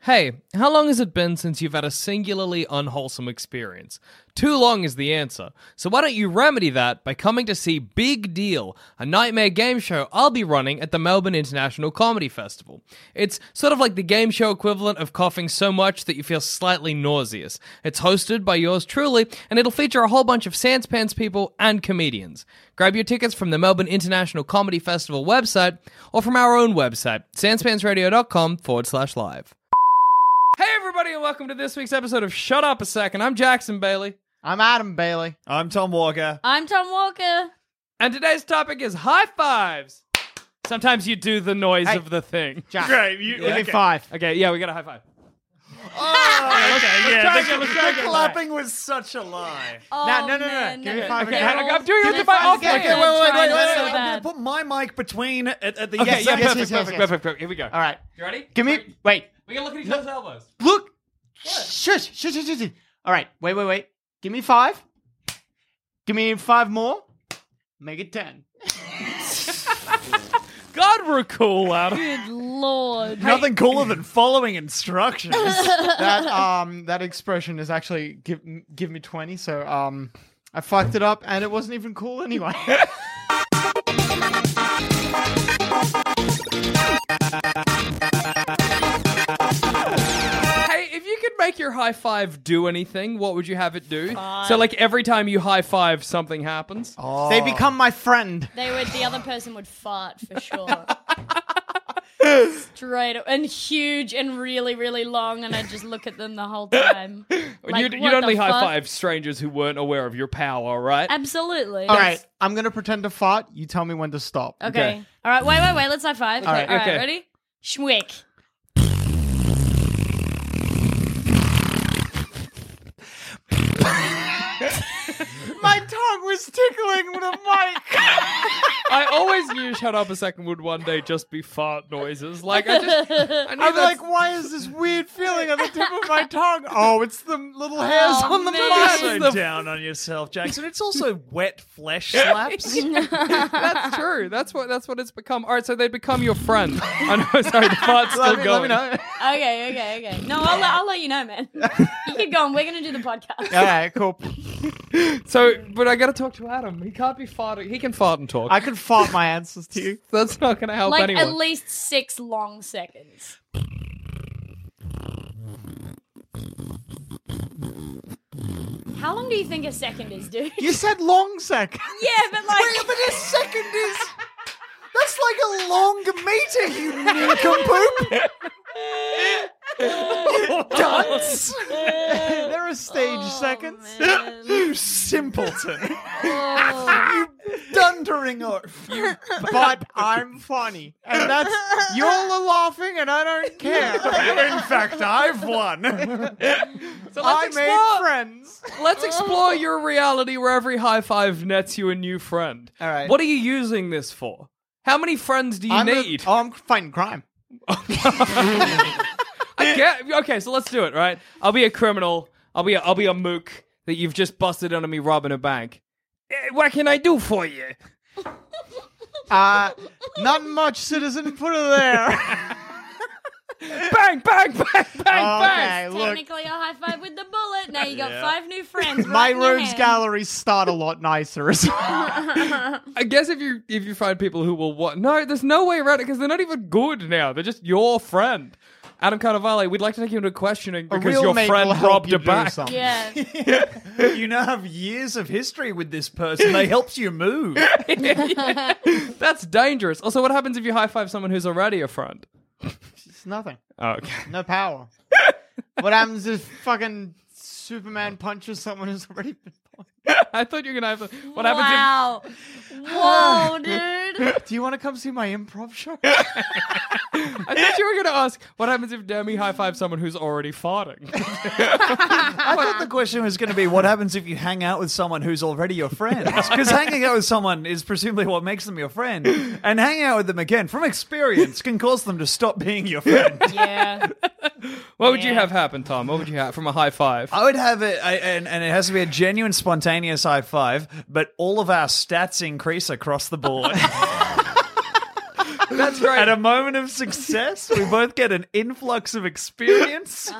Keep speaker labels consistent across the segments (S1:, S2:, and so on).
S1: Hey, how long has it been since you've had a singularly unwholesome experience? Too long is the answer. So why don't you remedy that by coming to see Big Deal, a nightmare game show I'll be running at the Melbourne International Comedy Festival. It's sort of like the game show equivalent of coughing so much that you feel slightly nauseous. It's hosted by yours truly, and it'll feature a whole bunch of Sanspans people and comedians. Grab your tickets from the Melbourne International Comedy Festival website or from our own website, sanspansradio.com forward slash live. Hey, everybody, and welcome to this week's episode of Shut Up a Second. I'm Jackson Bailey,
S2: I'm Adam Bailey.
S3: I'm Tom Walker.
S4: I'm Tom Walker.
S1: and today's topic is high fives. Sometimes you do the noise
S2: Hey.
S1: of the thing.
S2: Jack,
S3: Great. You,
S2: give me
S3: okay.
S2: five.
S1: Okay, yeah, we got a high five.
S3: Oh, okay, yeah.
S1: try again,
S3: The,
S1: let's try
S3: the
S1: again.
S3: clapping was such a lie.
S4: Oh,
S2: No, no, no, no.
S4: man.
S2: Give me five
S1: Okay,
S2: again.
S1: I- I'm doing it
S2: Give
S1: with
S2: me
S1: my
S2: five
S1: off.
S2: again.
S1: Okay,
S2: I'm
S1: wait, wait,
S4: trying
S1: wait,
S4: so
S1: wait, wait.
S3: I'm
S4: bad.
S3: gonna put my mic between at, at the
S1: Okay,
S3: yes,
S1: yeah,
S3: yes,
S1: perfect,
S2: yes, yes,
S1: perfect,
S2: yes.
S1: perfect, perfect. Here we go.
S2: All right.
S1: You ready?
S2: Give me. Wait.
S1: We gotta look at each other's elbows.
S2: Look. Shush. Shush. Shush. Shush. shush. All right. Wait. Wait. Wait. Give me five. Give me five more. Make it ten.
S1: God, we're cool, Adam.
S4: Good lord.
S3: Nothing cooler than following instructions.
S2: That um that expression is actually give give me twenty. So um I fucked it up and it wasn't even cool anyway.
S1: hey, if you could make your high five do anything, what would you have it do? So, like, every time you high five, something happens.
S2: They become my friend.
S4: They would. The other person would fart for sure. Straight up, and huge and really really long, and I just look at them the whole time. Like,
S1: you'd,
S4: what
S1: you'd
S4: the
S1: only high
S4: fuck?
S1: five strangers who weren't aware of your power, right?
S4: Absolutely.
S2: All right. I'm gonna pretend to fart. You tell me when to stop.
S4: Okay.
S1: Okay.
S4: All right. Wait, wait, wait. Let's high five.
S2: right,
S4: All right.
S1: okay.
S4: Ready? Schwick.
S2: My tongue was tickling with a mic.
S1: I always knew "Shut Up a Second would one day just be fart noises. Like I just, I knew
S2: I'm
S1: that's-
S2: like, why is this weird feeling on the tip of my tongue? Oh, it's the little hairs
S4: Oh,
S2: on the
S4: man.
S2: mic.
S1: That's
S3: so
S1: the-
S3: down on yourself, Jackson. It's also wet flesh slaps.
S1: that's true. That's what that's what it's become. All right, so they become your friend. I know. Sorry, the fart's still
S2: Let me, let
S1: going.
S2: me know.
S4: Okay. Okay. Okay. No, I'll, let- I'll let you know, man. you keep going. We're gonna do the podcast.
S2: All right, cool.
S1: So, but I got to talk to Adam. He can't be farting. He can fart and talk.
S2: I can fart my answers to you.
S1: that's not going to help
S4: like
S1: anyone.
S4: at least six long seconds. How long do you think a second is, dude?
S2: You said long second.
S4: yeah, but like,
S2: Wait, but a second is. That's like a long meeting, you nincompoop. you dunce. there are stage
S4: Oh,
S2: seconds.
S4: man.
S3: you simpleton.
S4: Oh.
S2: you dundering oaf. but I'm funny. And that's you're all laughing and I don't care.
S3: In fact, I've won.
S1: so
S2: I
S1: let's
S2: made
S1: explore.
S2: friends.
S1: Let's explore your reality where every high five nets you a new friend.
S2: All right.
S1: What are you using this for? How many friends do you
S2: I'm a-
S1: need?
S2: oh, I'm fighting crime.
S1: Yeah, okay, so let's do it, right? I'll be a criminal. I'll be a, I'll be a mook that you've just busted under me robbing a bank. Eh, What can I do for you?
S2: Uh not much, citizen. Put it there.
S1: Bang, bang, bang, bang,
S2: okay,
S1: bang.
S2: look.
S4: Technically, a high five with the bullet. Now you got
S3: Yeah.
S4: five new friends. Right
S2: My
S4: in your
S2: rogues
S4: hand.
S2: galleries start a lot nicer as well.
S1: I guess if you if you find people who will what? No, there's no way around it because they're not even good now. They're just your friend. Adam Carnavale, we'd like to take you into questioning
S2: A
S1: because
S2: real
S1: your
S2: mate
S1: friend
S2: will help
S1: robbed
S2: you
S1: a
S2: do
S1: back.
S2: something.
S4: Yeah.
S3: you now have years of history with this person. They helped you move.
S1: That's dangerous. Also, what happens if you high five someone who's already a friend?
S2: It's nothing.
S1: Oh, okay.
S2: No power. what happens if fucking Superman punches someone who's already been punched?
S1: I thought you were gonna have. To, what happens
S4: wow. Whoa, dude.
S2: Do you want to come see my improv show?
S1: if? I thought you were gonna ask. What happens if Demi high fives someone who's already farting?
S3: I thought the question was going to be what happens if you hang out with someone who's already your friend? Because hanging out with someone is presumably what makes them your friend. And hanging out with them again, from experience, can cause them to stop being your friend.
S4: Yeah.
S1: What would you have happen, Tom? What would you have from a high five?
S2: Uh,
S3: I would have it, I, and, and it has to be a genuine, spontaneous high five, but all of our stats increase across the board.
S1: That's great.
S3: At a moment of success, we both get an influx of experience,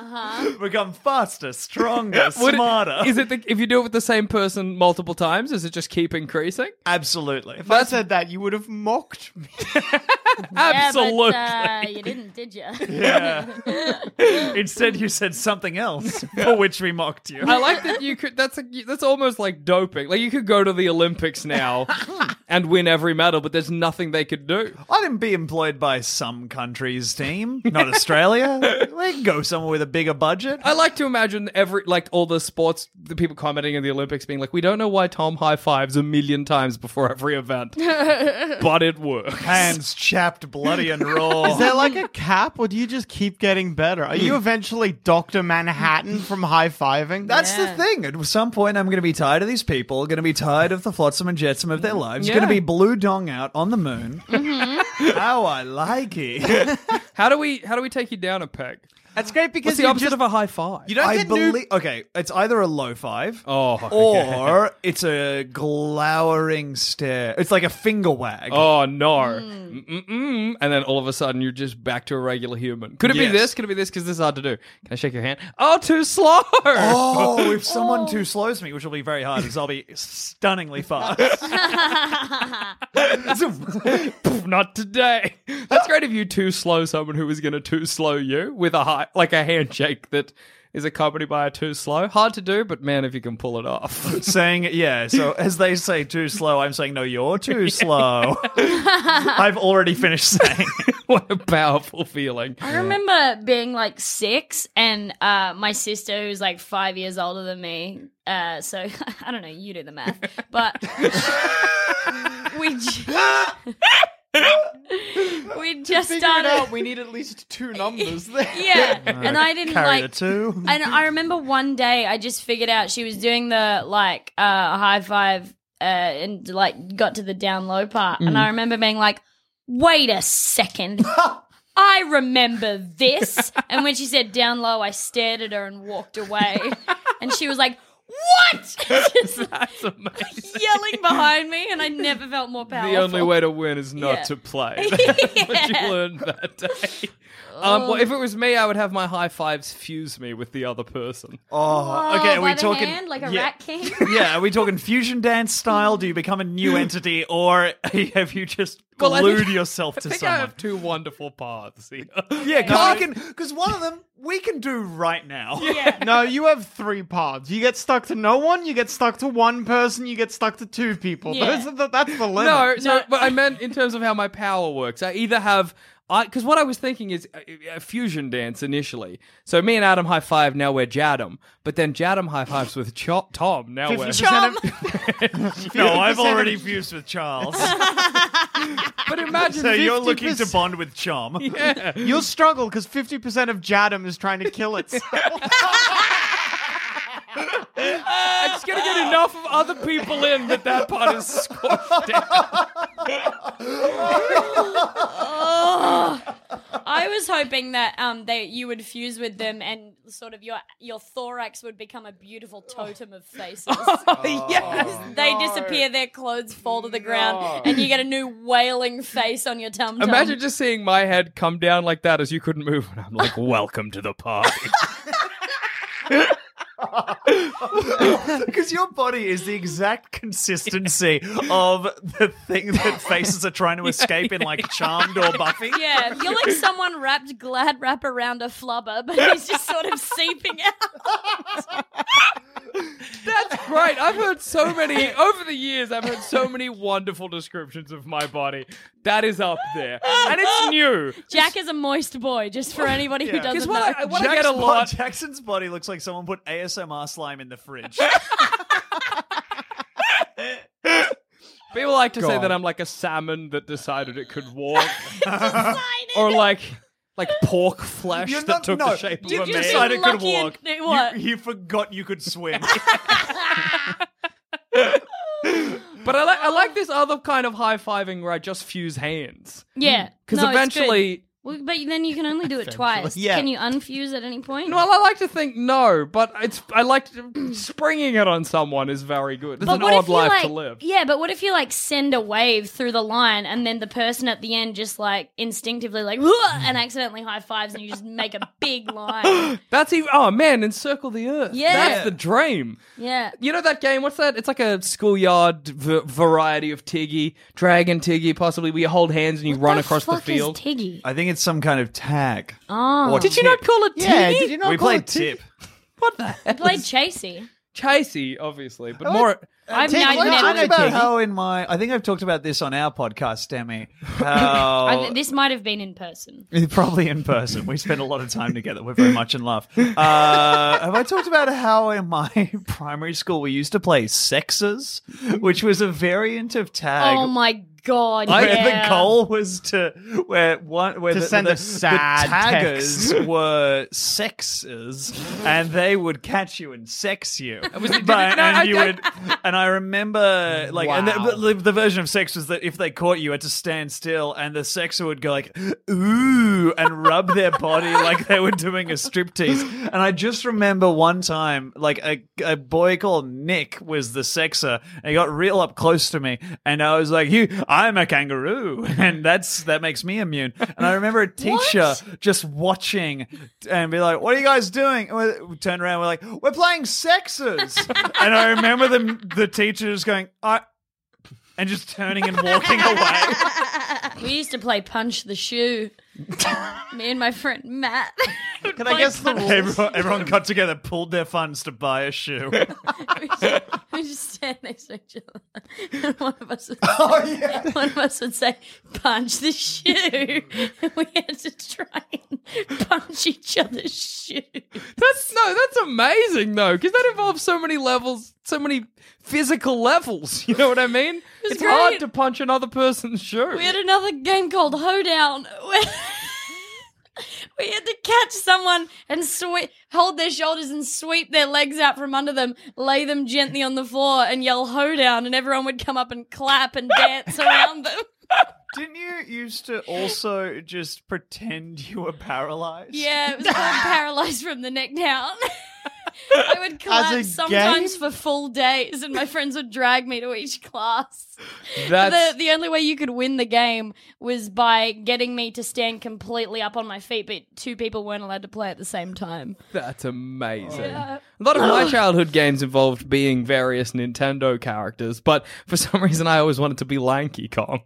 S3: become faster, stronger,
S1: Uh-huh. Would it-
S3: smarter.
S1: Is it the, if you do it with the same person multiple times? Does it just keep increasing?
S3: Absolutely.
S2: If I said that, you would have mocked me.
S1: Absolutely.
S4: Yeah, but, uh, you didn't, did you?
S3: Instead, you said something else for which we mocked you.
S1: I like that you could. That's a, that's almost like doping. Like you could go to the Olympics now and win every medal, but there's nothing they could do.
S3: Let him be employed by some country's team, not Australia. we can go somewhere with a bigger budget.
S2: Uh,
S1: I like to imagine every like all the sports the people commenting in the Olympics being like, we don't know why Tom high fives a million times before every event, but it works.
S3: Hands chapped, bloody and raw.
S2: Is there like a cap, or do you just keep getting better? Are you eventually Doctor Manhattan from high fiving?
S3: That's
S4: Yeah.
S3: the thing. At some point, I'm going to be tired of these people. Going to be tired of the flotsam and jetsam of their
S2: Mm-hmm.
S3: lives.
S1: Yeah.
S3: Going to be blue dong out on the moon.
S2: Mm-hmm.
S3: How I like it.
S1: How do we how do we take you down a peg?
S2: that's great because
S1: What's the
S2: you
S1: opposite
S2: just
S1: of a high five?
S2: you don't
S3: I
S2: get new-
S3: believe. Okay, it's either a low five.
S1: Oh,
S3: Or it's a glowering stare. It's like a finger wag.
S1: Oh no!
S2: Hmm.
S1: Mm. And then all of a sudden you're just back to a regular human. Could it
S3: Yes.
S1: be this? Could it be this? Because this is hard to do. Can I shake your hand? Oh, too slow.
S3: Oh, if someone too slows me, which will be very hard, because I'll be stunningly fast.
S1: Pff, Not today. That's great if you too slow someone who is going to too slow you with a high, like a handshake that is accompanied by a too slow. Hard to do, but man, if you can pull it off.
S3: saying, yeah, so as they say too slow, I'm saying, no, you're too slow. I've already finished saying.
S1: what a powerful feeling.
S4: I remember being like six, and uh, my sister, who's like five years older than me, uh, so I don't know, you do the math, but we ju- we just
S2: figure it out.
S4: started.
S2: We need at least two numbers there.
S4: Yeah, and I didn't
S3: Carry the
S4: like
S3: two.
S4: and I remember one day I just figured out she was doing the like uh high five uh and like got to the down low part and
S3: Mm.
S4: I remember being like wait a second I remember this and when she said down low I stared at her and walked away and she was like what Just
S1: That's amazing.
S4: yelling behind me and I never felt more powerful
S1: The only way to win is not
S4: Yeah.
S1: to play. That's what you learned that day. Um, well, if it was me, I would have my high fives fuse me with the other person.
S3: Oh, okay, are
S4: by
S3: we
S4: the
S3: talking.
S4: hand, like a
S3: yeah.
S4: rat king
S3: Yeah, are we talking fusion dance style? Do you become a new entity, or have you just
S1: Well, I
S3: glued
S1: think-
S3: yourself to
S1: I think I
S3: someone?
S1: have two wonderful paths here.
S3: Yeah, because one of them we can do right now.
S2: No, you have three paths. You get stuck to no one. You get stuck to one person. You get stuck to two people.
S4: Yeah.
S2: Those are the, that's the limit.
S1: No, so but I meant in terms of how my power works. I either have I because what I was thinking is uh, a, a fusion dance initially. So me and Adam high five. Now we're Jadam, but then Jadam high fives with Cho- Tom. Now we're
S2: 50% of-
S3: No, I've already fused with Charles.
S1: but imagine
S3: so you're
S1: 50%
S3: looking to bond with Chom.
S2: You'll struggle because 50% of Jadam is trying to kill itself.
S1: I'm just gonna get enough of other people in that that part is squashed out.
S4: I was hoping that um they you would fuse with them and sort of your your thorax would become a beautiful
S1: Oh.
S4: totem of faces.
S1: yes.
S4: they disappear, their clothes fall to the ground, and you get a new wailing face on your tum tum.
S1: Imagine just seeing my head come down like that as you couldn't move, and I'm like, "Welcome to the party."
S3: Because your body is the exact consistency of the thing that faces are trying to escape in like Charmed or Buffy.
S4: Yeah, you're like someone wrapped glad wrap around a flubber, but he's just sort of seeping out.
S1: That's great. I've heard so many over the years. I've heard so many wonderful descriptions of my body. That is up there, and it's new.
S4: Jack is a moist boy, just for anybody who
S1: Because
S4: doesn't know.
S1: what I, what I get
S3: Jack's
S1: a
S3: bo-
S1: lot.
S3: Jackson's body looks like someone put ASMR slime in the fridge.
S1: People like to say
S3: God.
S1: that I'm like a salmon that decided it could walk,
S4: Decided.
S1: or like like pork flesh
S3: You're
S1: that
S3: not-
S1: took
S3: no,
S1: the shape
S3: did
S1: of a
S3: you
S1: man.
S3: decide it could
S4: lucky and-
S3: walk?
S4: no, what?
S3: You, you forgot you could swim.
S1: But I like I
S4: Oh.
S1: like this other kind of high fiving where I just fuse hands
S4: yeah,
S1: because
S4: no, it's good.
S1: Mm. eventually.
S4: Well, but then you can only do it twice.
S3: Yeah.
S4: Can you unfuse at any point?
S1: Well, I like to think no, but it's I like to, springing it on someone is very good. It's
S4: but
S1: an
S4: what
S1: odd
S4: if you
S1: life
S4: like,
S1: to live.
S4: yeah? But what if you like send a wave through the line, and then the person at the end just like instinctively like "Whoa," and accidentally high fives, and you just make a big line.
S1: That's even. Oh man, encircle the earth.
S4: Yeah.
S1: that's the dream.
S4: Yeah,
S1: You know that game? What's that? It's like a schoolyard v- variety of Tiggy, Dragon Tiggy, possibly. Where you hold hands and you run
S4: The
S1: across the
S4: fuck is
S1: field.
S4: Tiggy.
S3: I think it's some kind of tag.
S4: Oh,
S3: Or
S1: Did you not
S3: tip.
S1: call it Tiggy?
S2: Yeah, did you not
S3: we
S2: call
S3: played
S2: it tea?
S3: tip.
S1: What the hell?
S4: played Chasey.
S1: Chasey, obviously, but more.
S4: I've
S2: Tiggy,
S4: now
S2: what
S4: never.
S2: kind
S3: Talked
S2: of
S3: about
S2: Tiggy.
S3: how in my, I think I've talked about this on our podcast, Demi. How
S4: I, this might have been in person.
S3: Probably in person. We spend a lot of time together. We're very much in love. Uh, have I talked about how in my primary school we used to play sexes, which was a variant of tag?
S4: Oh my god!
S3: where
S4: yeah.
S3: the goal was to where one where
S2: To
S3: the,
S2: send
S3: the,
S2: a sad
S3: the taggers
S2: text.
S3: were sexes, and they would catch you and sex you.
S1: was- did it-
S3: But-
S1: no,
S3: and
S1: I-
S3: you
S1: I-
S3: would, and I remember like and
S2: Wow.
S3: the, the, the version of sex was that if they caught you, you had to stand still, and the sexer would go like ooh and rub their body like they were doing a striptease. And I just remember one time, like a, a boy called Nick was the sexer, and he got real up close to me, and I was like, "You, I'm a kangaroo," and that's that makes me immune. And I remember a teacher just watching and be like, "What are you guys doing?" And we- we turned around, we're like, "We're playing sexes," and I remember the the teacher just going, "I." And just turning and walking away.
S4: We used to play punch the shoe. Me and my friend Matt. would
S2: Can I
S4: play
S2: guess the
S4: punch-
S3: Everyone, everyone got together, pulled their funds to buy a shoe.
S4: we just, we just stand next to each other, and one of us would,
S1: Oh,
S4: one of us would say, "Punch the shoe," and we had to try and punch each other's shoe.
S1: That's no, that's amazing though, because that involves so many levels, so many physical levels. You know what I mean? It's,
S4: great.
S1: hard to punch another person's shoe.
S4: We had another game called Hoedown. Where we had to catch someone and sweep, hold their shoulders and sweep their legs out from under them, lay them gently on the floor, and yell Hoedown, and everyone would come up and clap and dance around them.
S3: Didn't you used to also just pretend you were paralyzed?
S4: Yeah, it was called paralyzed from the neck down. I would collapse sometimes for full days, and my friends would drag me to each class.
S1: That's
S4: The, the only way you could win the game was by getting me to stand completely up on my feet, but two people weren't allowed to play at the same time.
S1: that's amazing. A lot of my childhood games involved being various Nintendo characters, but for some reason I always wanted to be Lanky Kong.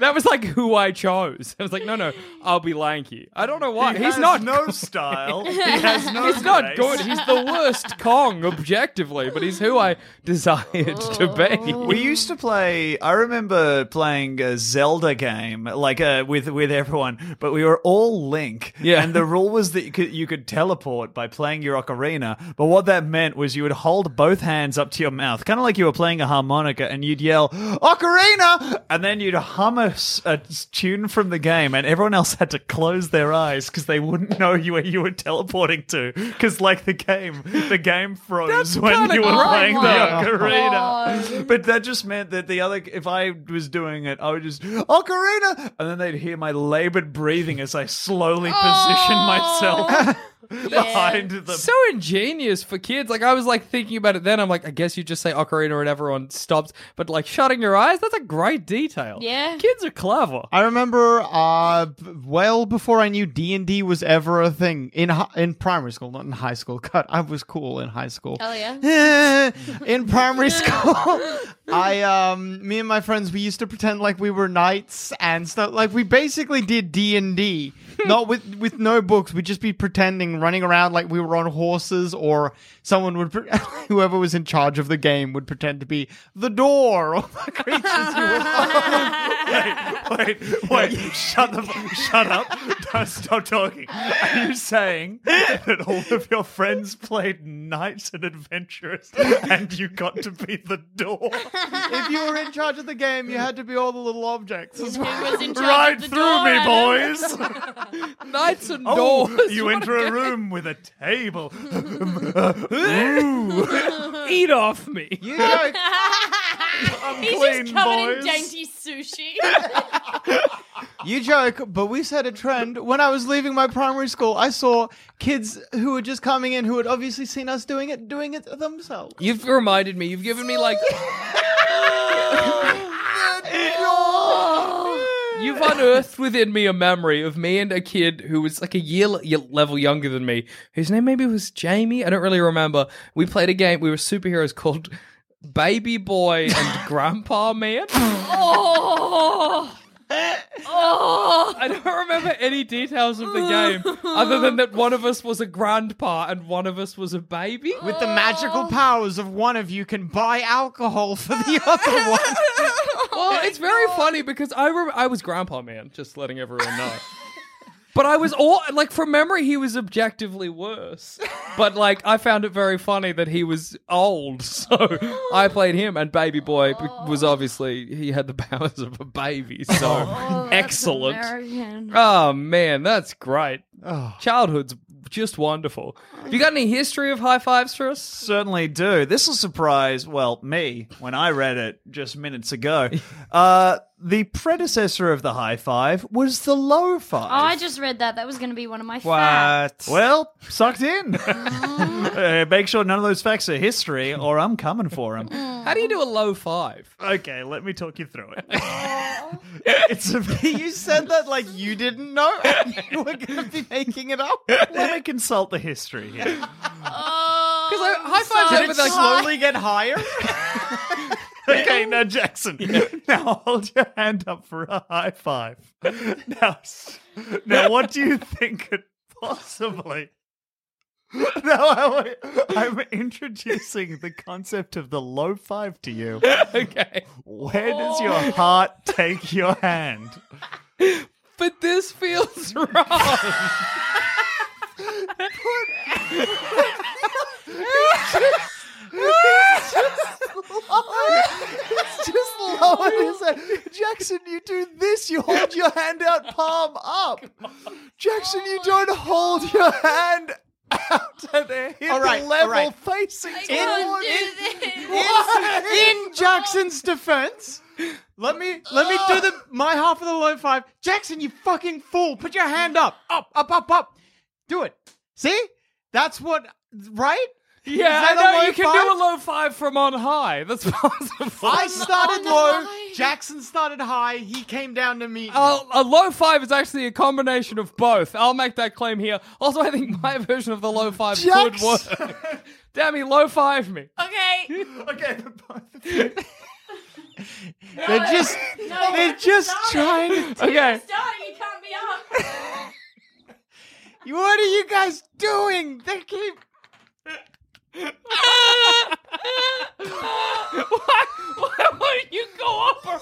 S1: that was like who I chose. I was like, no, no, I'll be Lanky. I don't know why.
S3: He
S1: He's
S3: has
S1: not.
S3: no style. He has no.
S1: He's not
S3: grace.
S1: good. He's the worst Kong, objectively, but he's who I desired to be.
S3: Oh. We used to play. I remember playing a Zelda game, like uh, with with everyone, but we were all Link.
S1: Yeah.
S3: And the rule was that you could, you could teleport by playing your ocarina, but what that meant was you would hold both hands up to your mouth, kind of like you were playing a harmonica, and you'd yell "ocarina," and then you'd hum a, s- a s- tune from the game, and everyone else had to close their eyes because they wouldn't know you where you were teleporting to, because like the game, the game froze
S1: That's
S3: when
S1: kinda
S3: you were
S1: great.
S3: playing the
S1: Oh my
S3: ocarina.
S4: God.
S3: But that just meant that the other, if I was doing it, I would just, "Oh, ocarina! And then they'd hear my labored breathing as I slowly position myself. behind the.
S1: so ingenious for kids. Like I was like thinking about it then. I'm like, I guess you just say ocarina and everyone stops. But like shutting your eyes, that's a great detail.
S4: Yeah.
S1: kids are clever.
S2: I remember, uh, b- well before I knew D and D was ever a thing in hi- in primary school, not in high school. God, I was cool in high school.
S4: Oh, yeah.
S2: in primary school, I um, me and my friends we used to pretend like we were knights and stuff. Like we basically did D and D, not with with no books. We'd just be pretending, running around like we were on horses, or someone would, pre- whoever was in charge of the game would pretend to be the door or the creatures. you were
S3: Wait, wait, shut the fu- shut up. Don't stop talking. Are you saying that all of your friends played knights and adventurers and you got to be the door?
S2: if you were in charge of the game, you had to be all the little objects. as
S4: Who
S2: well.
S4: was in charge
S3: Right
S4: of the
S3: through
S4: door,
S3: me,
S4: Adam?
S3: boys!
S1: Knights and
S3: Oh,
S1: doors.
S3: you enter a room with a table.
S1: eat off me.
S2: You know,
S4: He's
S3: Clean
S4: just covered
S3: boys.
S4: in dainty sushi.
S2: You joke, but we set a trend. When I was leaving my primary school, I saw kids who were just coming in who had obviously seen us doing it, doing it themselves.
S1: You've reminded me. You've given me like. You've unearthed within me a memory of me and a kid who was like a year le- year- level younger than me, whose name maybe was Jamie. I don't really remember. We played a game. We were superheroes called Baby Boy and Grandpa Man.
S4: oh. Oh.
S1: I don't remember any details of the game other than that one of us was a grandpa and one of us was a baby.
S2: With the magical powers of one of you can buy alcohol for the other one. Oh
S1: Well, it's very funny because I rem- I was grandpa man, just letting everyone know. but I was all like from memory he was objectively worse. But like I found it very funny that he was old, so I played him and baby boy b- was obviously he had the powers of a baby, so excellent.
S4: Oh, American.
S1: Oh man, that's great.
S2: Oh.
S1: Childhood's just wonderful. Have you got any history of high fives for us?
S3: certainly do. This will surprise, well, me, when I read it just minutes ago. Uh, the predecessor of the high five was the low
S4: Oh, I
S3: five.
S4: just read that. That was going to be one of my facts.
S3: well, sucked in. Uh, make sure none of those facts are history, or I'm coming for them.
S1: How do you do a low five?
S3: Okay, let me talk you through it.
S2: it's a- you said that like you didn't know and you were going to be making it up.
S3: let me consult the history here.
S1: Because like, high fives
S2: Did
S1: over
S2: it
S1: the
S2: slowly get higher?
S3: Okay, now Jackson, now hold your hand up for a high five. Now, s- now, what do you think could possibly? Now I- I'm introducing the concept of the low five to you.
S1: okay.
S3: Where does your heart take your hand?
S1: But this feels wrong.
S3: It's just lower his hand. Jackson, you do this. You hold your hand out, palm up. Jackson, you don't hold your hand out and hit
S2: All right,
S3: the
S2: all
S3: level
S2: right.
S3: facing
S4: I can't
S3: towards
S4: do this.
S2: in, in Jackson's defense. Let me let me do the my half of the low five. Jackson, you fucking fool! Put your hand up, up, up, up, up. Do it. See, that's what right.
S1: Yeah,
S2: Is that
S1: I
S2: a
S1: know
S2: low
S1: you can
S2: five?
S1: do a low five from on high. That's possible.
S2: I started
S4: on the
S2: low.
S4: line.
S2: Jackson started high. He came down to me.
S3: Oh,
S1: Uh, a low five is actually a combination of both. I'll make that claim here. Also, I think my version of the low five could work. Damn me, low five me.
S4: Okay.
S2: okay, the both of you. they're just they're just trying. To,
S1: Okay.
S4: Start, Oh, you can't be up.
S2: what are you guys doing? They keep.
S1: why, why won't you go up or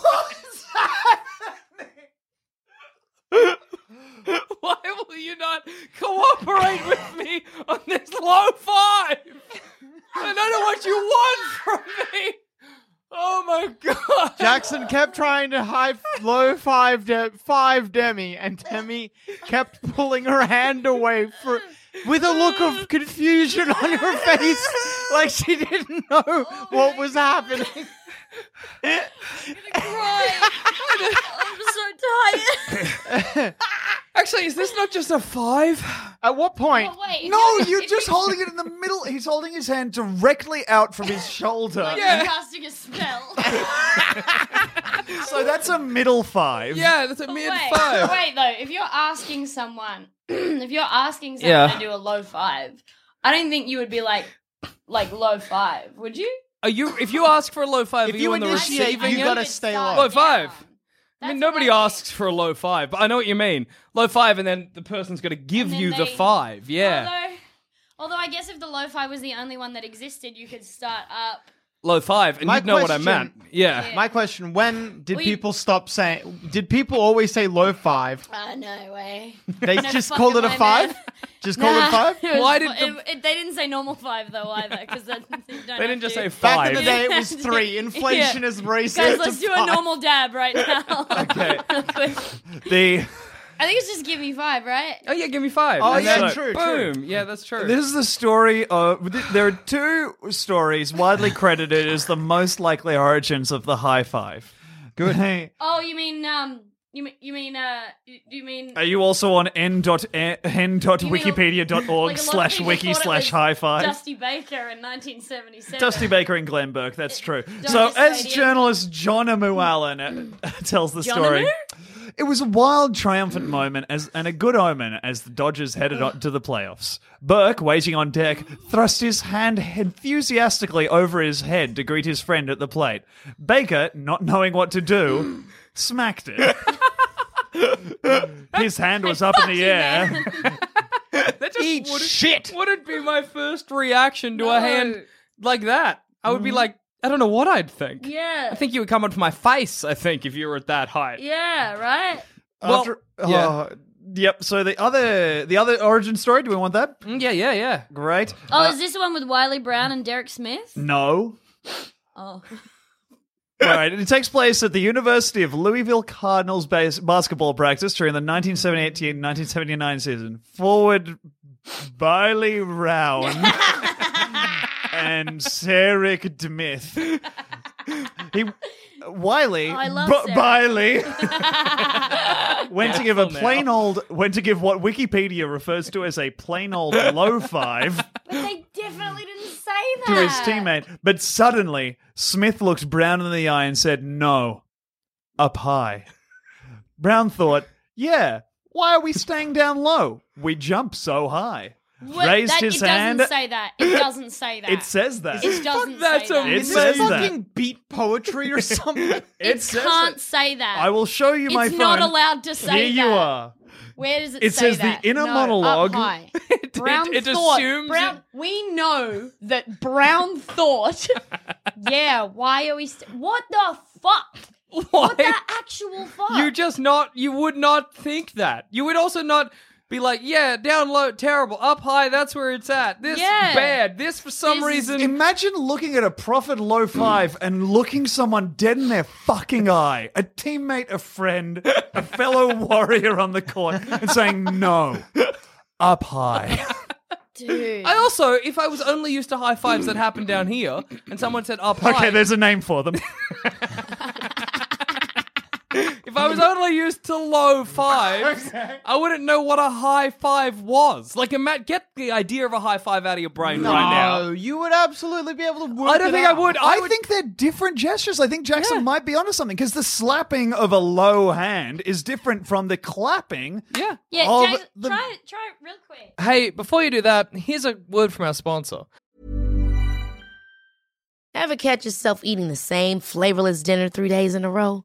S1: Why will you not cooperate with me on this low five? I don't know what you want from me. Oh my god.
S2: Jackson kept trying to high low five de- five Demi, and Demi kept pulling her hand away for with a look of confusion on her face, like she didn't know what was happening.
S4: Right. I'm so tired.
S1: Actually, is this not just a five?
S2: At what point?
S4: wait.
S3: No, you're just holding it in the middle. He's holding his hand directly out from his shoulder.
S1: Yeah.
S4: casting a spell.
S3: So that's a middle five.
S1: Yeah, that's a mid
S4: wait,
S1: five.
S4: wait though. If you're asking someone, if you're asking someone
S1: Yeah.
S4: to do a low five, I don't think you would be like, like low five, would you?
S1: Are you? If you ask for a low five,
S2: If
S1: are
S2: you
S1: you on the
S2: initiate,
S1: receiving
S2: you
S1: end?
S2: gotta stay low.
S1: Low five. I
S4: That's
S1: mean,
S4: what
S1: nobody
S4: I
S1: asks for a low five, but I know what you mean. Low five, and then the person's going to give
S4: then
S1: you the
S4: they-
S1: five. Yeah,
S4: Although, although I guess if the lo fi was the only one that existed, you could start up.
S1: low five, and
S2: My
S1: you'd know what I
S2: question-
S1: meant. Yeah.
S4: Yeah.
S2: My question: When did
S4: Well, you-
S2: people stop saying? Did people always say low five?
S4: Oh, no way.
S2: They
S4: No
S2: just
S4: fucking
S2: called it a
S4: way,
S2: five.
S4: man.
S2: Just called it a five.
S4: It was
S1: Why
S4: fi-
S1: did the-
S4: it- it- they didn't say normal five though either? Because they
S1: They didn't just say
S2: Back
S1: five.
S2: in the day, it was three. Inflation
S4: Yeah.
S2: is raised.
S4: Guys,
S2: it
S4: let's
S2: to
S4: do a
S2: five.
S4: normal dab right now. okay.
S3: The
S4: I think it's just give me five, right?
S1: Oh yeah, give me five.
S2: Oh,
S1: And
S2: yeah,
S1: then-
S2: true, true.
S1: Boom. Yeah, that's true.
S3: this is the story of th- there are two stories widely credited as the most likely origins of the high five.
S2: Good.
S4: Oh, you mean um, you mean you mean uh, you, you mean
S3: Are you also on eh,
S4: You mean a- like,
S3: n.hen.wikipedia.org
S4: a lot of
S3: slash
S4: people
S3: wiki
S4: thought it
S3: slash
S4: was
S3: high five?
S4: Dusty Baker in 1977.
S3: Dusty Baker and Glenn Burke, that's true.
S4: Dr.
S3: So, as
S4: Stadium. Mm.
S3: journalist John Amu Allen uh, tells the
S4: John
S3: story,
S4: Amu? Mm.
S3: it was a wild, triumphant moment as, and a good omen as the Dodgers headed on to the playoffs. Burke, waiting on deck, thrust his hand enthusiastically over his head to greet his friend at the plate. Baker, not knowing what to do, smacked it. his hand was up in the air.
S1: that just Eat would shit. Wouldn't be my first reaction to a hand like that. I would be like, I don't know what I'd think.
S4: Yeah.
S1: I think you would come up to my face. I think if you were at that height.
S4: Yeah, right.
S1: Well,
S3: After-
S1: yeah.
S3: oh, yep. So the other the other origin story. Do we want that?
S1: Mm, yeah, yeah, yeah.
S3: Great.
S4: Oh, is this the one with Wiley Brown and Derek
S3: Mm.
S4: Smith?
S3: No.
S4: Oh,
S3: All right. It takes place at the University of Louisville Cardinals base basketball practice during the 1978-1979 season. Forward Biley Round and Sarek Dmith. He Wiley
S4: I love
S3: Bu-
S4: Sarek.
S3: Biley went to give a
S1: now.
S3: plain old went to give what Wikipedia refers to as a plain old low five.
S4: but they definitely didn't say that
S3: to his teammate. But suddenly, Smith looked Brown in the eye and said, No, up high. Brown thought, Yeah, why are we staying down low? We jump so high.
S4: What-
S3: Raised
S4: that-
S3: his
S4: it
S3: hand.
S4: doesn't say that. It doesn't say that.
S3: It says that.
S4: It doesn't
S1: that's
S4: say that.
S1: amazing.
S3: It
S2: Is
S3: says
S2: this
S3: that.
S2: fucking beat poetry or something?
S4: It,
S3: says
S4: can't
S3: that.
S4: say that.
S3: I will show you
S4: It's
S3: my phone.
S4: not allowed to say
S3: Here you
S4: that.
S3: are.
S4: Where does it,
S3: It
S4: say
S3: says the
S4: that?
S3: inner
S4: No,
S3: monologue-
S4: Up high.
S1: It,
S4: Brown
S1: it, it
S4: thought.
S1: assumes.
S4: Brown.
S1: it-
S4: We know that Brown thought. yeah. Why are we? St- what the fuck?
S1: why?
S4: What the actual fuck?
S1: You just not. You would not think that. You would also not be like, yeah, down low, terrible. Up high, that's where it's at. This
S4: Yeah.
S1: bad. This for some
S4: This is-
S1: reason.
S3: Imagine looking at a profit low five and looking someone dead in their fucking eye, a teammate, a friend, a fellow warrior on the court, and saying, No, up high.
S4: dude.
S1: I also, if I was only used to high fives that happened down here, and someone said up high,
S3: Okay, there's a name for them.
S1: if I was only used to low fives, I wouldn't know what a high five was. Like, Matt, get the idea of a high five out of your brain right now.
S2: No, you would absolutely be able to work.
S1: I don't
S2: it
S1: think
S2: out.
S1: I would. I,
S3: I
S1: would,
S3: think they're different gestures. I think Jackson might be onto something because the slapping of a low hand is different from the clapping.
S1: yeah.
S4: yeah.
S3: all
S4: James,
S3: the-
S4: try it. Try it real quick.
S1: Hey, before you do that, here's a word from our sponsor.
S5: Ever catch yourself eating the same flavorless dinner three days in a row?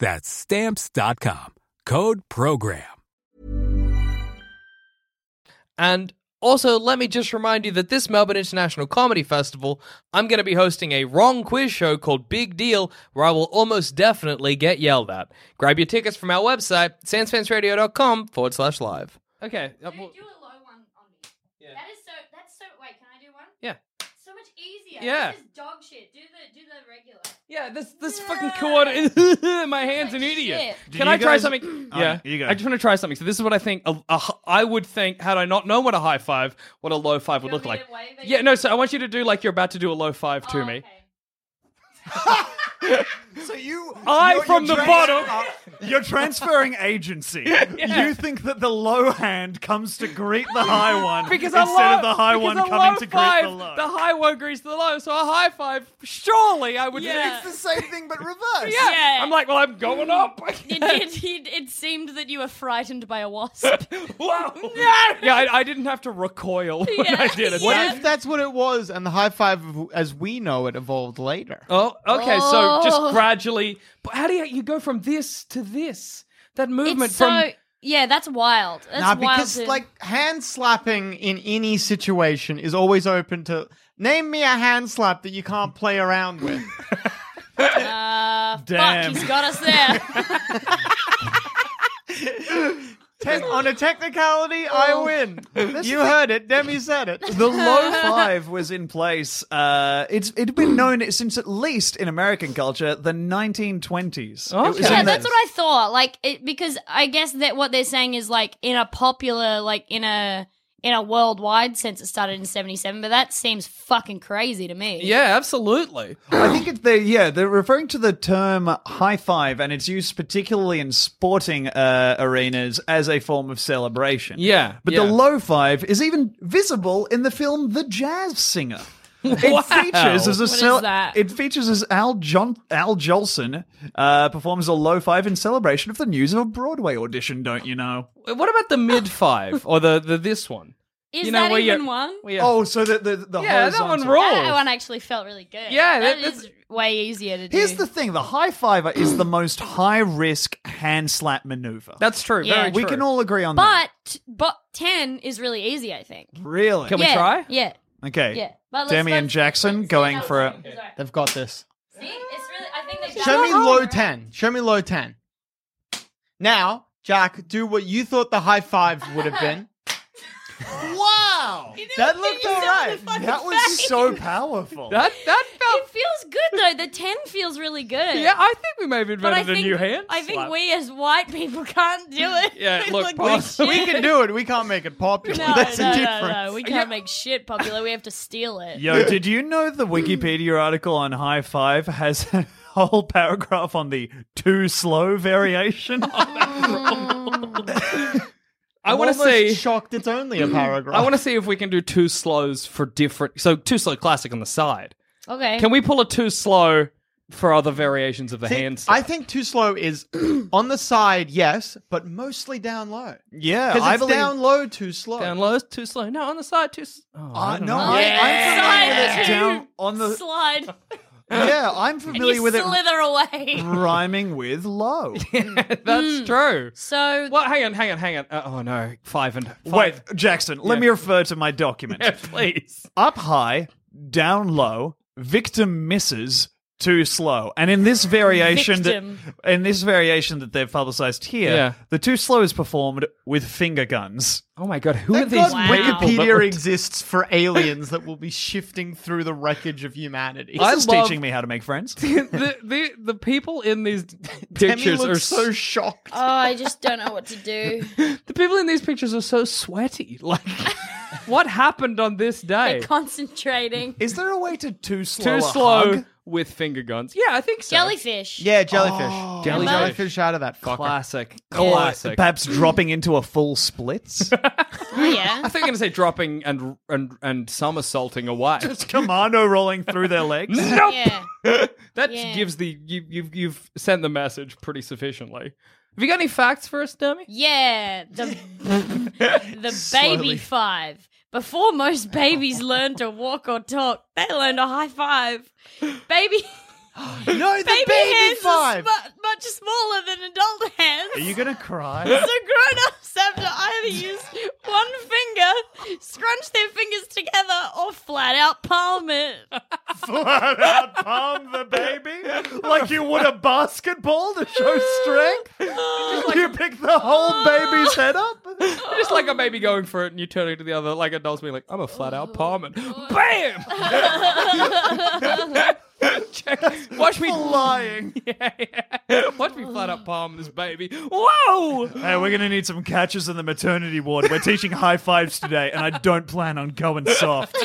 S6: That's stamps.com. Code program.
S1: And also, let me just remind you that this Melbourne International Comedy Festival, I'm going to be hosting a wrong quiz show called Big Deal, where I will almost definitely get yelled at. Grab your tickets from our website, sansfansradio.com forward slash live. Okay. uh, well-
S4: Do a low one on me. That is so. That's so. Wait, can I do one?
S1: yeah.
S4: So much easier.
S1: Yeah.
S4: This is dog shit. Do the do the regular.
S1: Yeah, this this fucking coordinate. my hand's an
S4: Like
S1: idiot.
S4: shit.
S1: Can
S3: you
S1: I try
S3: guys-
S1: something?
S3: Oh,
S1: yeah,
S3: you go.
S1: I just want to try something. So this is what I think. A, a h- I would think had I not known what a high five, what a low five would
S4: You
S1: look
S4: want me
S1: like.
S4: to wave at
S1: Yeah,
S4: you?
S1: no. So I want you to do like you're about to do a low five to
S4: Oh,
S1: me.
S4: okay.
S3: So you,
S1: I
S3: you're-
S1: from
S3: you're
S1: the
S3: trans-
S1: bottom.
S3: uh, you're transferring agency. You think that the low hand comes to greet the high one
S1: Because
S3: instead
S1: I love,
S3: of the high
S1: because
S3: one
S1: a
S3: coming
S1: low
S3: to
S1: five,
S3: greet the low.
S1: high one greets the low, so a high five. Surely I would.
S4: Yeah.
S1: think-
S3: It's the same thing but reversed.
S1: yeah.
S4: Yeah.
S1: I'm like, well, I'm going up.
S4: It, did. it, it seemed that you were frightened by a wasp.
S1: Wow. Yeah, I, I didn't have to recoil when
S4: Yeah.
S1: I did it.
S2: What
S4: Yeah.
S2: if that's what it was and the high five as we know it evolved later?
S1: Oh, okay. So
S4: Oh.
S1: just gradually. But how do you, you go from this to this? That movement
S4: it's so.
S1: from
S4: yeah, that's wild. That's
S2: nah,
S4: wild.
S2: because
S4: to-
S2: like hand slapping in any situation is always open to name me a hand slap that you can't play around with.
S4: uh,
S3: Damn.
S4: fuck, he's got us there.
S2: Te- on a technicality,
S1: Oh.
S2: I win. you heard it. Demi said it.
S3: The low five was in place. Uh, it's it'd been known since at least in American culture the 1920s. It was
S1: Okay.
S3: in
S4: yeah,
S3: the-
S4: that's what I thought. Like, it, because I guess that what they're saying is like in a popular, like in a in a worldwide sense, it started in '77. But that seems fucking crazy to me.
S1: yeah, absolutely.
S3: I think it's the yeah they're referring to the term high five and it's used particularly in sporting uh, arenas as a form of celebration.
S1: Yeah,
S3: but
S1: yeah.
S3: the low five is even visible in the film The Jazz Singer. It
S1: Wow.
S3: features as a
S4: What is
S3: cel-
S4: that?
S3: it features as Al John Al Jolson uh, performs a low five in celebration of the news of a Broadway audition. Don't you know?
S1: What about the mid five or the, the this one?
S4: Is
S1: You know,
S4: that
S1: where you-
S4: even one?
S1: Well, yeah.
S3: Oh, so the the, the
S1: yeah, that
S3: horizontal-
S1: one
S4: That
S1: rolls.
S4: one actually felt really good.
S1: Yeah, that-
S4: that
S1: that's-
S4: is way easier to do.
S3: Here's the thing: the high fiver is the most high risk hand slap maneuver.
S1: That's true.
S4: Yeah.
S1: Very
S3: we
S1: true.
S3: can all agree on that.
S4: but but ten is really easy, I think.
S3: Really?
S1: Can we
S4: yeah,
S1: try?
S4: Yeah,
S3: okay.
S4: yeah. But let's,
S3: Demi and
S4: let's-
S3: Jackson
S4: let's see
S3: going
S4: how
S3: for
S4: it
S3: a-
S4: goes. Alright.
S2: They've got this.
S4: See, it's really. I think they've
S2: Show
S4: done
S2: me
S4: it.
S2: low 10. Show me low 10. Now, Jack, do what you thought the high five would have been. wow! That looked
S4: yourself in
S2: alright.
S4: the fucking
S3: That was so powerful.
S1: That that
S4: It
S1: felt.
S4: feels good though. The ten feels really good.
S1: Yeah, I think we may have
S4: but I
S1: invented a
S4: think
S1: new hand.
S4: I think
S1: slap.
S4: we as white people can't do it.
S1: Yeah,
S4: We
S1: look,
S4: look
S1: we-
S4: like shit.
S2: We can do it. We can't make it popular.
S4: No,
S2: That's
S4: no,
S2: a
S4: no,
S2: difference.
S4: no. We can't make shit popular. We have to steal it.
S3: Yo, did you know the Wikipedia article on high five has a whole paragraph on the too slow variation?
S1: I want to see.
S2: shocked. It's only a paragraph.
S1: I want to see if we can do two slows for different. So two slow classic on the side.
S4: Okay.
S1: Can we pull a two slow for other variations of the hand? slap?
S2: I think too slow is on the side, yes, but mostly down low.
S3: yeah,
S2: Because
S3: I
S2: it's
S3: believe.
S2: down low too slow.
S1: down low is too slow. No, on the side too. s- Oh,
S3: Uh,
S1: I don't
S3: no,
S1: know.
S3: I, I'm familiar
S4: Slide
S3: with it down on the.
S4: slide?
S3: Yeah, I'm familiar
S4: you
S3: with it
S4: slither away.
S3: rhyming with low.
S1: That's true.
S4: So
S1: Well, hang on, hang on, hang on. Uh, oh no, five and five.
S3: Wait, Jackson, let
S1: Yeah.
S3: me refer to my document.
S1: Yeah, please.
S3: Up high, down low, victim misses too slow. And in this variation
S4: Victim.
S3: that in this variation that they've publicized here,
S1: Yeah.
S3: the too slow is performed with finger guns.
S1: Oh my god, who are
S2: Thank
S1: these
S2: God
S4: Wow.
S1: people? that
S2: Wikipedia
S1: were-
S2: exists for aliens that will be shifting through the wreckage of humanity.
S1: I
S3: This is
S1: love-
S3: teaching me how to make friends.
S1: the, the the people in these
S2: Demi
S1: pictures are
S2: looks so
S1: so
S2: shocked.
S4: Oh, I just don't know what to do.
S1: the people in these pictures are so sweaty. Like, what happened on this day?
S4: They're concentrating.
S3: Is there a way to too slow?
S1: Too
S3: a
S1: slow
S3: hug?
S1: with finger guns. Yeah, I think so.
S4: Jellyfish.
S2: yeah, jellyfish.
S1: Jellyfish.
S2: Oh, jellyfish out of that fucker.
S1: Classic.
S3: Or
S1: Classic.
S3: Perhaps dropping into a full splits.
S4: Oh, yeah.
S1: I think I'm gonna say dropping and and and somersaulting away.
S3: Just commando rolling through their legs.
S1: nope.
S4: Yeah.
S1: That
S4: Yeah.
S1: gives the you, you've you've sent the message pretty sufficiently. Have you got any facts for us, Dummy?
S4: Yeah. The, the baby five. Before most babies learn to walk or talk, they learn to high five. Baby.
S2: No, the
S4: baby,
S2: baby,
S4: hands
S2: five.
S4: are sm- much smaller than adult hands.
S3: Are you gonna cry?
S4: so grown-ups have to either use one finger, scrunch their fingers together, or flat out palm it.
S3: Flat out palm the baby like you would a basketball to show strength. you pick the whole baby's head up.
S1: Just like a baby going for it, and you turn it to the other, like adults being like, "I'm a flat out palm," and
S4: Oh,
S1: bam! Check, watch me
S3: Lying.
S1: Yeah, yeah. Watch me flat out palm this baby. Whoa!
S3: Hey, we're gonna need some catches in the maternity ward. We're teaching high fives today, and I don't plan on going soft.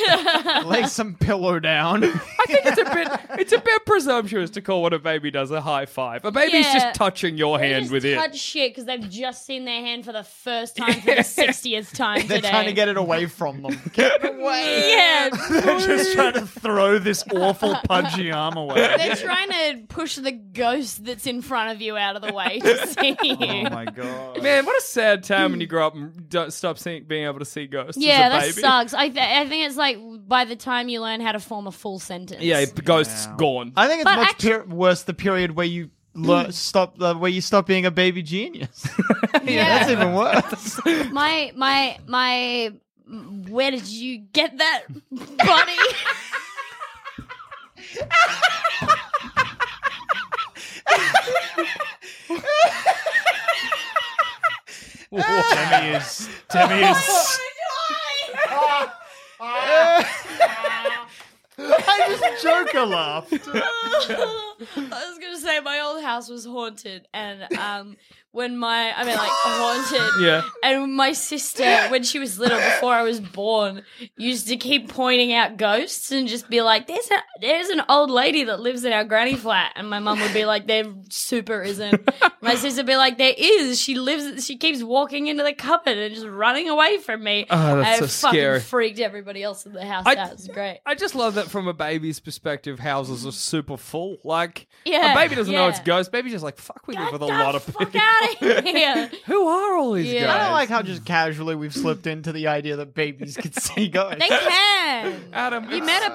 S2: Lay some pillow down.
S1: I think it's a bit it's a bit presumptuous to call what a baby does a high five. A baby's
S4: Yeah.
S1: just touching your
S4: They
S1: hand
S4: just
S1: with
S4: touch
S1: it.
S4: shit because they've just seen their hand for the first time for the sixtieth time
S2: They're
S4: today.
S2: trying to get it away from them. Get it away.
S4: yeah,
S3: They're just trying to throw this awful pudgy arm away.
S4: they're trying to push the ghost that's in front of you out of the way
S1: Oh
S4: to see you.
S3: god.
S1: Man, what a sad time when you grow up and don't stop seeing, being able to see ghosts.
S4: yeah,
S1: as a
S4: that
S1: baby.
S4: sucks. I, th- I think it's like by the time you learn how to form a full sentence.
S1: Yeah, the ghosts gone.
S2: I think it's
S4: But
S2: much
S4: actu-
S2: per- worse the period where you lear- stop uh, where you stop being a baby genius. That's even worse.
S4: My my my. Where did you get that, buddy?
S3: Demi is Demi is I just Joker laughed.
S4: I was gonna say my old house was haunted, and um, when my I mean like haunted,
S1: Yeah.
S4: And my sister, when she was little, before I was born, used to keep pointing out ghosts and just be like, "There's a there's an old lady that lives in our granny flat," and my mum would be like, "There super isn't." my sister would be like, "There is. She lives. She keeps walking into the cupboard and just running away from me."
S1: Oh, that's
S4: And it
S1: so
S4: fucking
S1: scary.
S4: Freaked everybody else in the house.
S1: I-
S4: out. It was great.
S1: I just love that from a baby's perspective, houses are super full. Like,
S4: Yeah,
S1: a baby doesn't know
S4: yeah.
S1: it's ghosts. Baby's just like, fuck, we live with a
S4: the
S1: lot of
S4: fuck
S1: people.
S4: out of here.
S1: Who are all these
S4: Yeah.
S2: I
S1: guys?
S2: don't like how just casually we've slipped into the idea that babies can see ghosts.
S4: They can.
S1: Adam,
S4: You
S1: it's-
S4: met a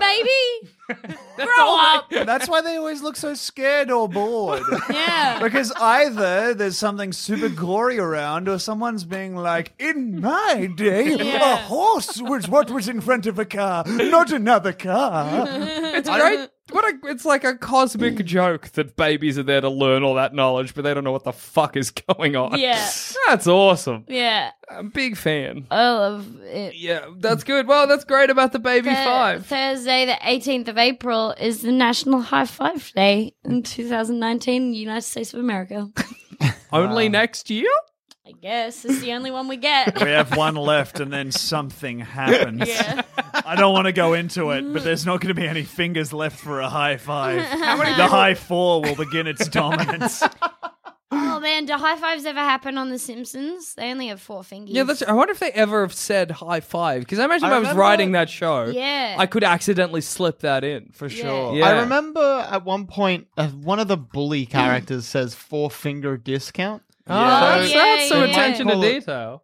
S1: Ah.
S4: baby?
S1: that's
S4: Grow
S1: all they-
S4: up.
S3: That's why they always look so scared or bored.
S4: Yeah.
S3: Because either there's something super gory around, or someone's being like, "In my day,
S4: Yeah.
S3: a horse was what was in front of a car, not another car."
S1: It's great. What a, it's like a
S2: Hmm.
S1: cosmic joke that babies are there to learn all that knowledge, but they don't know what the fuck is going on.
S4: Yeah.
S1: That's awesome.
S4: Yeah.
S1: I'm a big fan.
S4: I love it.
S1: Yeah, that's good. Well, that's great about the baby
S4: Thur-
S1: five.
S4: Thursday, the 18th of April, is the National High Five Day in 2019 in the United States of America.
S1: Only next year?
S4: I guess it's the only one we get.
S3: We have one left, and then something happens.
S4: Yeah.
S3: I don't want to go into it, but there's not going to be any fingers left for a high five. the high four will begin its dominance.
S4: Oh man, do high fives ever happen on The Simpsons? They only have four fingers.
S1: Yeah, that's. I wonder if they ever have said high five because I imagine
S2: I
S1: if I was
S2: remember-
S1: writing that show,
S4: Yeah.
S1: I could accidentally slip that in for
S4: Yeah.
S1: sure.
S2: I remember at one point, uh, one of the bully characters says four finger discount.
S1: Oh,
S4: Yeah.
S1: that's,
S4: Yeah,
S1: that's some
S4: yeah.
S1: attention to
S2: Call it-
S1: detail.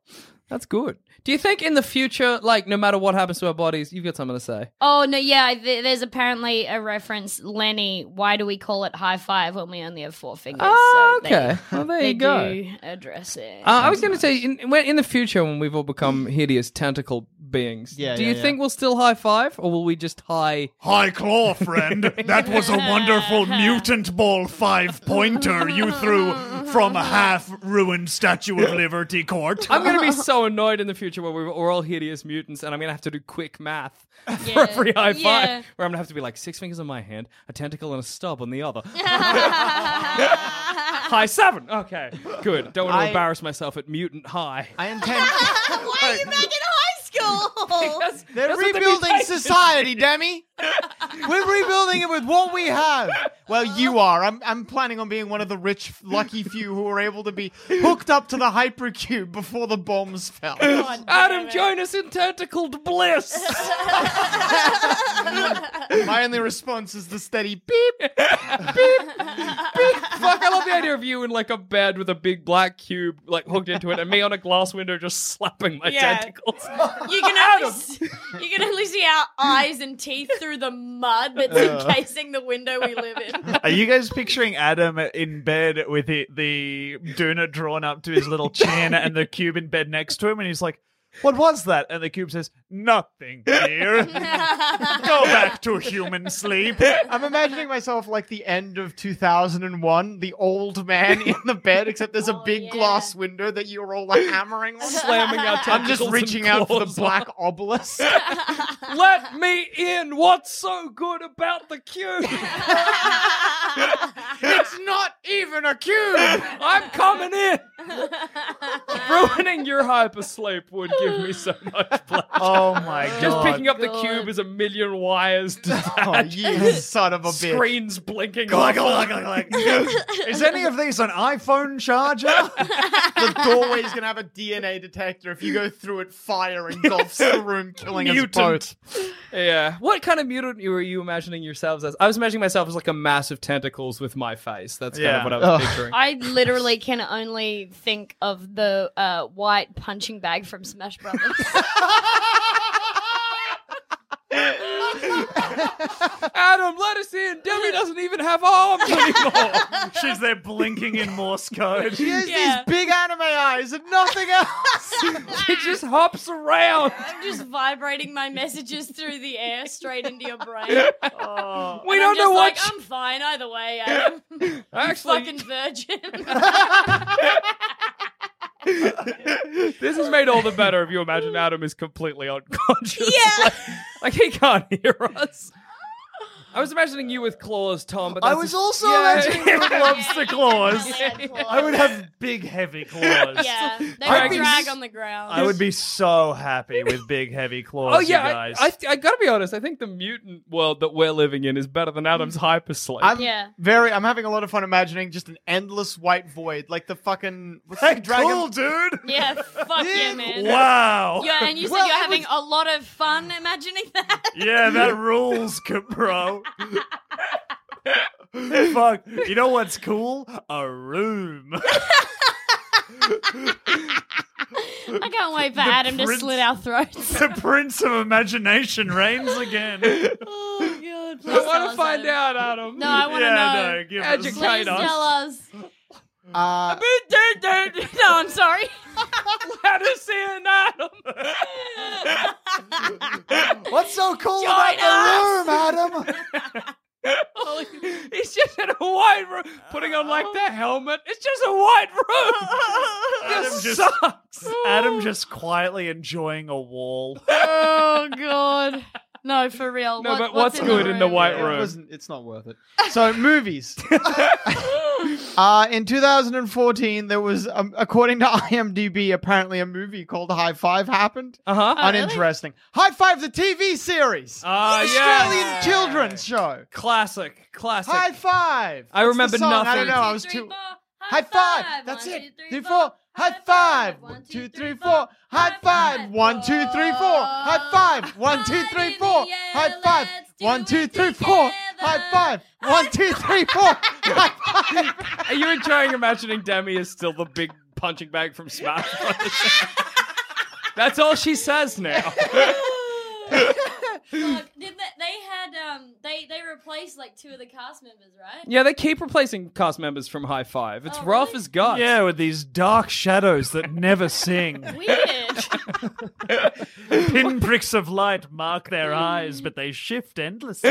S1: That's good. Do you think in the future, like no matter what happens to our bodies, you've got something to say?
S4: Oh no, yeah. Th- there's apparently a reference. Lenny, why do we call it high five when we only have four fingers?
S1: Oh,
S4: So they-
S1: okay. well, there
S4: they
S1: you go.
S4: do address it.
S1: Uh, I was going to say, in, when, in the future, when we've all become hideous tentacle beings.
S2: Yeah,
S1: Do
S2: yeah,
S1: you
S2: yeah.
S1: think we'll still high five, or will we just high?
S7: High claw, friend. That was a wonderful mutant ball five pointer you threw from a half ruined Statue of Liberty court.
S1: I'm gonna be so annoyed in the future when we're we're all hideous mutants, and I'm gonna have to do quick math for
S4: Yeah.
S1: every high five.
S4: Yeah.
S1: Where I'm gonna have to be like six fingers on my hand, a tentacle, and a stub on the other. high seven. Okay, good. Don't want to
S2: I-
S1: embarrass myself at mutant high.
S2: I intend.
S8: Why are you back in high school?
S2: They're
S1: That's what they be
S2: rebuilding
S1: saying.
S2: society, Demi. We're rebuilding it with what we have. Well, you are. I'm, I'm planning on being one of the rich, lucky few who were able to be hooked up to the hypercube before the bombs fell.
S1: Adam, join us in tentacled bliss.
S2: My only response is the steady beep.
S1: Fuck, I love the idea of you in like a bed with a big black cube like hooked into it and me on a glass window just slapping my
S4: Yeah.
S1: tentacles.
S4: You can, only see, you can only see our eyes and teeth through the mud that's
S9: Uh.
S4: encasing the window we live in.
S3: Are you guys picturing Adam in bed with the, the doona drawn up to his little chin and the cube in bed next to him? And he's like, What was that? And the cube says, Nothing, dear. Go back to human sleep.
S2: I'm imagining myself like the end of 2001, the old man in the bed, except there's a big glass window that you're all like hammering on.
S1: Slamming our
S2: I'm just
S1: tentacles and
S2: reaching out for the
S1: claws.
S2: black obelisk.
S1: Let me in. What's so good about the cube?
S2: it's not even a cube.
S1: I'm coming in. Ruining your hypersleep would give me so much pleasure.
S2: Oh my god.
S1: Just picking up the cube is a million wires to
S2: Oh, you son of a bitch.
S1: screens blinking.
S3: Clack,
S1: off.
S3: clack, clack, clack. Is any of these an iPhone charger?
S2: The doorway's gonna have a DNA detector. If you go through it, fire engulfs the room, killing us
S1: Mutant. Yeah. What kind of mutant were you imagining yourselves as? I was imagining myself as like a mass of tentacles with my face. That's kind
S3: Yeah.
S1: of what I was
S2: Ugh.
S1: picturing.
S4: I literally can only think of the uh, white punching bag from Smash Brothers.
S1: Adam, let us in. Debbie doesn't even have arms anymore.
S3: She's there blinking in Morse code.
S2: both. He has
S4: Yeah.
S2: these big anime eyes and nothing else.
S1: she just hops around.
S4: I'm just vibrating my messages through the air straight into your brain.
S1: We
S4: And I'm
S1: don't
S4: just
S1: know
S4: like,
S1: what.
S4: I'm fine either way. I'm
S1: actually,
S4: fucking virgin.
S1: this is made all the better if you imagine Adam is completely unconscious. Yeah. Like, like, he can't hear us. I was imagining you with claws, Tom, but
S3: I
S1: that's
S3: was
S1: a-
S3: also
S1: Yeah.
S3: imagining you with lobster claws. I
S4: I
S3: would have big, heavy claws.
S4: Yeah, they
S1: I'd
S4: would
S1: be-
S4: drag on the ground.
S3: I would be so happy with big, heavy claws,
S1: Oh yeah,
S3: you guys.
S1: I, I, I gotta be honest. I think the mutant world that we're living in is better than Adam's
S4: Mm.
S1: hypersleep.
S2: I'm
S4: Yeah.
S2: very. I'm having a lot of fun imagining just an endless white void, like the fucking what's that dragon.
S3: Cool, dude.
S4: Yeah, fuck yeah, man.
S3: Wow.
S4: Yeah, and you said you're having a lot of fun imagining that.
S3: Yeah, that rules, c- bro. Fuck. You know what's cool? A room.
S4: I can't wait for Adam to
S3: prince-
S4: slit our throats.
S3: the Prince of Imagination reigns again.
S4: oh god.
S1: I want to find out, Adam.
S4: No, I want to
S3: yeah,
S4: know.
S3: no, give
S1: Educate
S3: us.
S4: Please
S1: Find out.
S4: tell us.
S2: Uh,
S4: no, I'm sorry.
S1: Let us in, Adam.
S3: What's so cool
S4: Join us!
S3: about the room, Adam?
S1: It's just in a white room, putting on like the helmet. It's just a white room.
S3: Adam
S1: This
S3: just-
S1: sucks.
S3: Adam just quietly enjoying a wall.
S4: Oh god. No, for real.
S1: No,
S4: What-
S1: but what's good in the
S4: room?
S1: white
S2: it
S1: room?
S2: wasn't- it's not worth it. So movies. uh, in 2014, there was, um, according to IMDb, apparently a movie called High Five happened.
S1: Uh huh.
S4: really?
S2: Uninteresting. High Five, the TV series.
S1: Ah,
S2: Australian
S1: yes.
S2: children's show.
S1: Classic, classic.
S2: High Five.
S1: I
S2: What's
S1: remember
S2: the song? I
S1: nothing.
S2: don't know. I was
S4: Three,
S2: too.
S4: four,
S2: High five! That's
S4: One,
S2: it!
S4: two, three,
S2: Three,
S4: four.
S2: four! High five! One, two, three, four! High five! One, two, three, four! High five! One, two, three, four! High five! One, two, three, four! High five! One, two, three, four! High five!
S1: Are you enjoying imagining Demi is still the big punching bag from Smash Brothers? That's all she says now.
S4: Fuck, did they, they had um they they replaced like two of the cast members, right?
S1: Yeah, they keep replacing cast members from High Five. It's rough as guts.
S3: Oh, Yeah, with these dark shadows that never sing. Pinpricks of light mark their eyes, but they shift endlessly.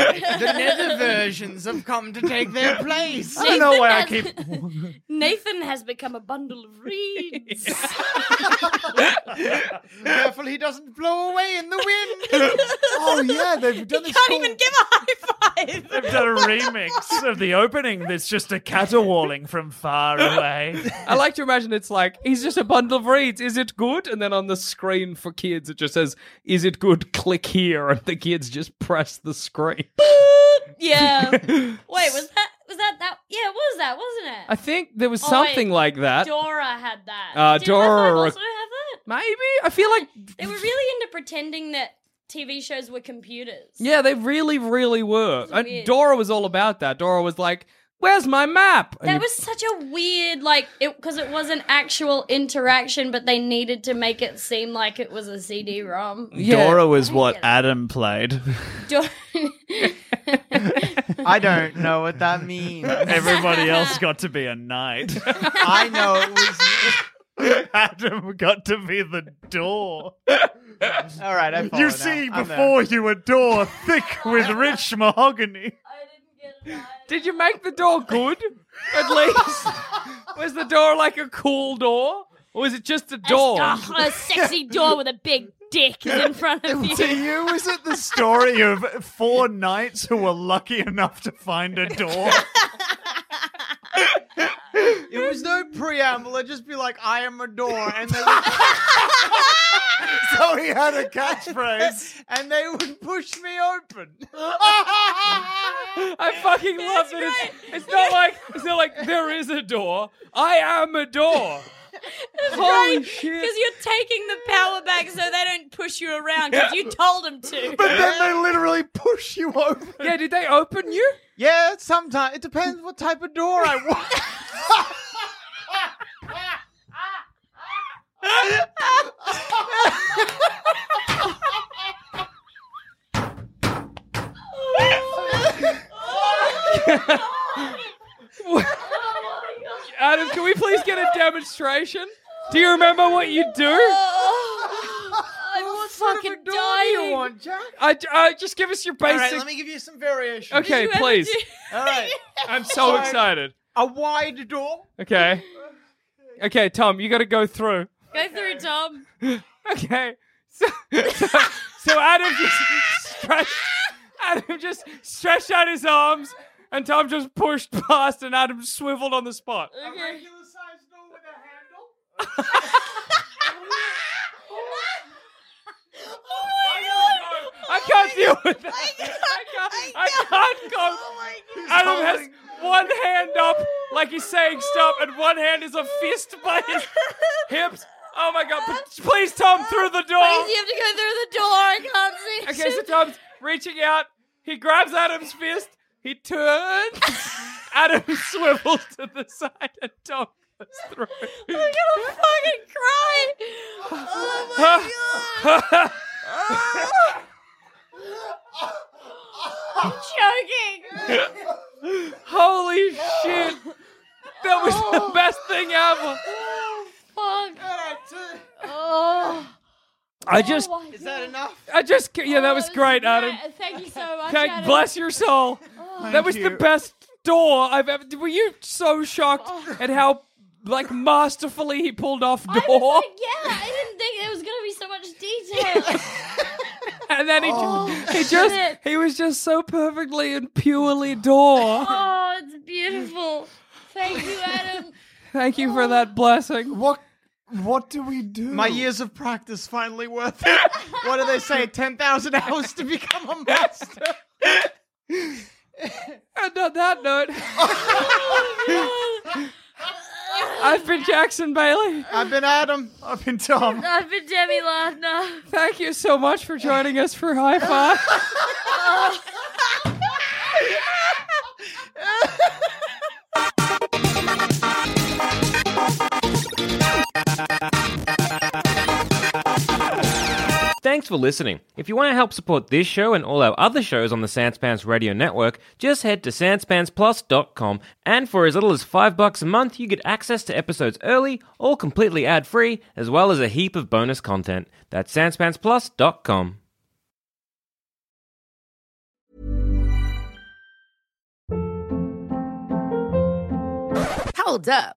S2: the nether versions have come to take their place.
S3: I don't know why I
S4: Nathan
S3: keep.
S4: Nathan has become a bundle of reeds.
S2: Careful, he doesn't blow away in the wind.
S3: oh yeah, they've done this.
S8: Can't even give a high five.
S3: They've done a remix of the opening that's just a caterwauling from far away.
S1: I like to imagine it's like he's just a bundle of reeds. Is it good? And then on the screen for kids, it just says, "Is it good? Click here." And the kids just press the screen.
S4: yeah. Wait, was that was that that? Yeah, it was that, wasn't it?
S1: I think there was
S4: Oh,
S1: something
S4: wait,
S1: like that.
S4: Dora had that.
S1: Uh,
S4: Did
S1: Dora
S4: Dora
S1: rec-
S4: also have that?
S1: Maybe I feel like
S4: They were really into pretending that TV shows were computers.
S1: yeah, they really, really were.
S4: It's
S1: And
S4: weird.
S1: Dora was all about that. Dora was like, "Where's my map?" And
S4: That
S1: you-
S4: was such a weird, like, it because it was an actual interaction, but they needed to make it seem like it was a CD-ROM.
S3: Dora was what Adam played.
S4: Dora-
S2: I don't know what that means.
S3: Everybody else got to be a knight.
S2: I know it was.
S3: Adam got to be the door.
S2: All right, I follow
S3: you
S2: now.
S3: see
S2: I'm there.
S3: before you a door thick with rich mahogany.
S1: Did you make the door good? At least was the door like a cool door, or was it just a door?
S4: Oh, a sexy door with a big dick is in front of you.
S3: To you, is it the story of four knights who were lucky enough to find a door?
S2: It was no preamble. It'd just be like, I am a door. And they would,
S3: so he had a catchphrase.
S2: and they would push me open.
S1: I fucking love that it. It's, it's not like it's not like there is a door. I am a door. Holy shit!
S4: Because you're taking the power back so they don't push you around because you told them to.
S3: But then they literally push you open.
S1: Yeah, did they open you?
S2: yeah, sometimes. It depends what type of door I want.
S1: Adam, can we please get a demonstration? Do you remember what you do?
S2: Oh,
S4: I'm fucking
S2: What door
S4: dying.
S2: do you want, Jack?
S1: I, I just give us your
S2: All
S1: basic.
S2: right, let me give you some variation.
S1: okay,
S4: You ever
S1: please.
S4: do-
S2: All right.
S1: I'm so
S2: Sorry.
S1: excited.
S2: A wide door.
S1: Okay. Okay, Tom, you got to go through.
S4: Go through, Tom.
S1: Okay. So, so, so Adam just stretched. Adam just stretched out his arms, and Tom just pushed past, and Adam swiveled on the spot.
S2: A regular sized door with a handle.
S1: I can't deal with that. Oh I can't. I can't, Oh go. Adam has one hand up, like he's saying stop, and one hand is a fist by his hips. Oh my god! P- Please, Tom, through the door.
S4: Please, you have to go through the door. I can't see.
S1: Oh. Okay, so Tom's reaching out. He grabs Adam's fist. He turns. Adam swivels to the side, and Tom goes through.
S4: I'm gonna fucking cry. Oh my choking.
S1: Holy shit! That was
S4: Oh.
S1: the best thing ever.
S4: Fuck.
S2: All right, so-
S4: Oh.
S1: I just,
S2: Is that enough?
S1: I just, ca- yeah, that
S4: Oh,
S1: was
S4: this is
S1: great, Adam.
S4: Thank you so much.
S1: Thank,
S4: Adam.
S1: bless your soul. that was the best door I've ever. Were you so shocked
S4: Oh.
S1: at how, like, masterfully he pulled off door?
S4: I was like, yeah, I didn't think there was gonna be so much detail.
S1: and then he,
S4: Oh.
S1: just, he just,
S4: shit.
S1: he was just so perfectly and purely door.
S4: oh, it's beautiful. Thank you, Adam.
S1: Thank you for that blessing.
S3: What? What do we do?
S2: My years of practice finally worth it. what do they say? 10,000 hours to become a master.
S1: And on that note, I've been Jackson Bailey.
S2: I've been Adam.
S3: I've been Tom.
S4: I've been Demi Lardner.
S1: Thank you so much for joining us for High Five. Thanks
S3: Thanks for listening. If you want to help support this show and all our other shows on the Sanspants Radio Network, just head to sanspantsplus.com and for as little as 5 bucks a month, you get access to episodes early, all completely ad-free, as well as a heap of bonus content. That's sanspantsplus.com.
S5: Hold up.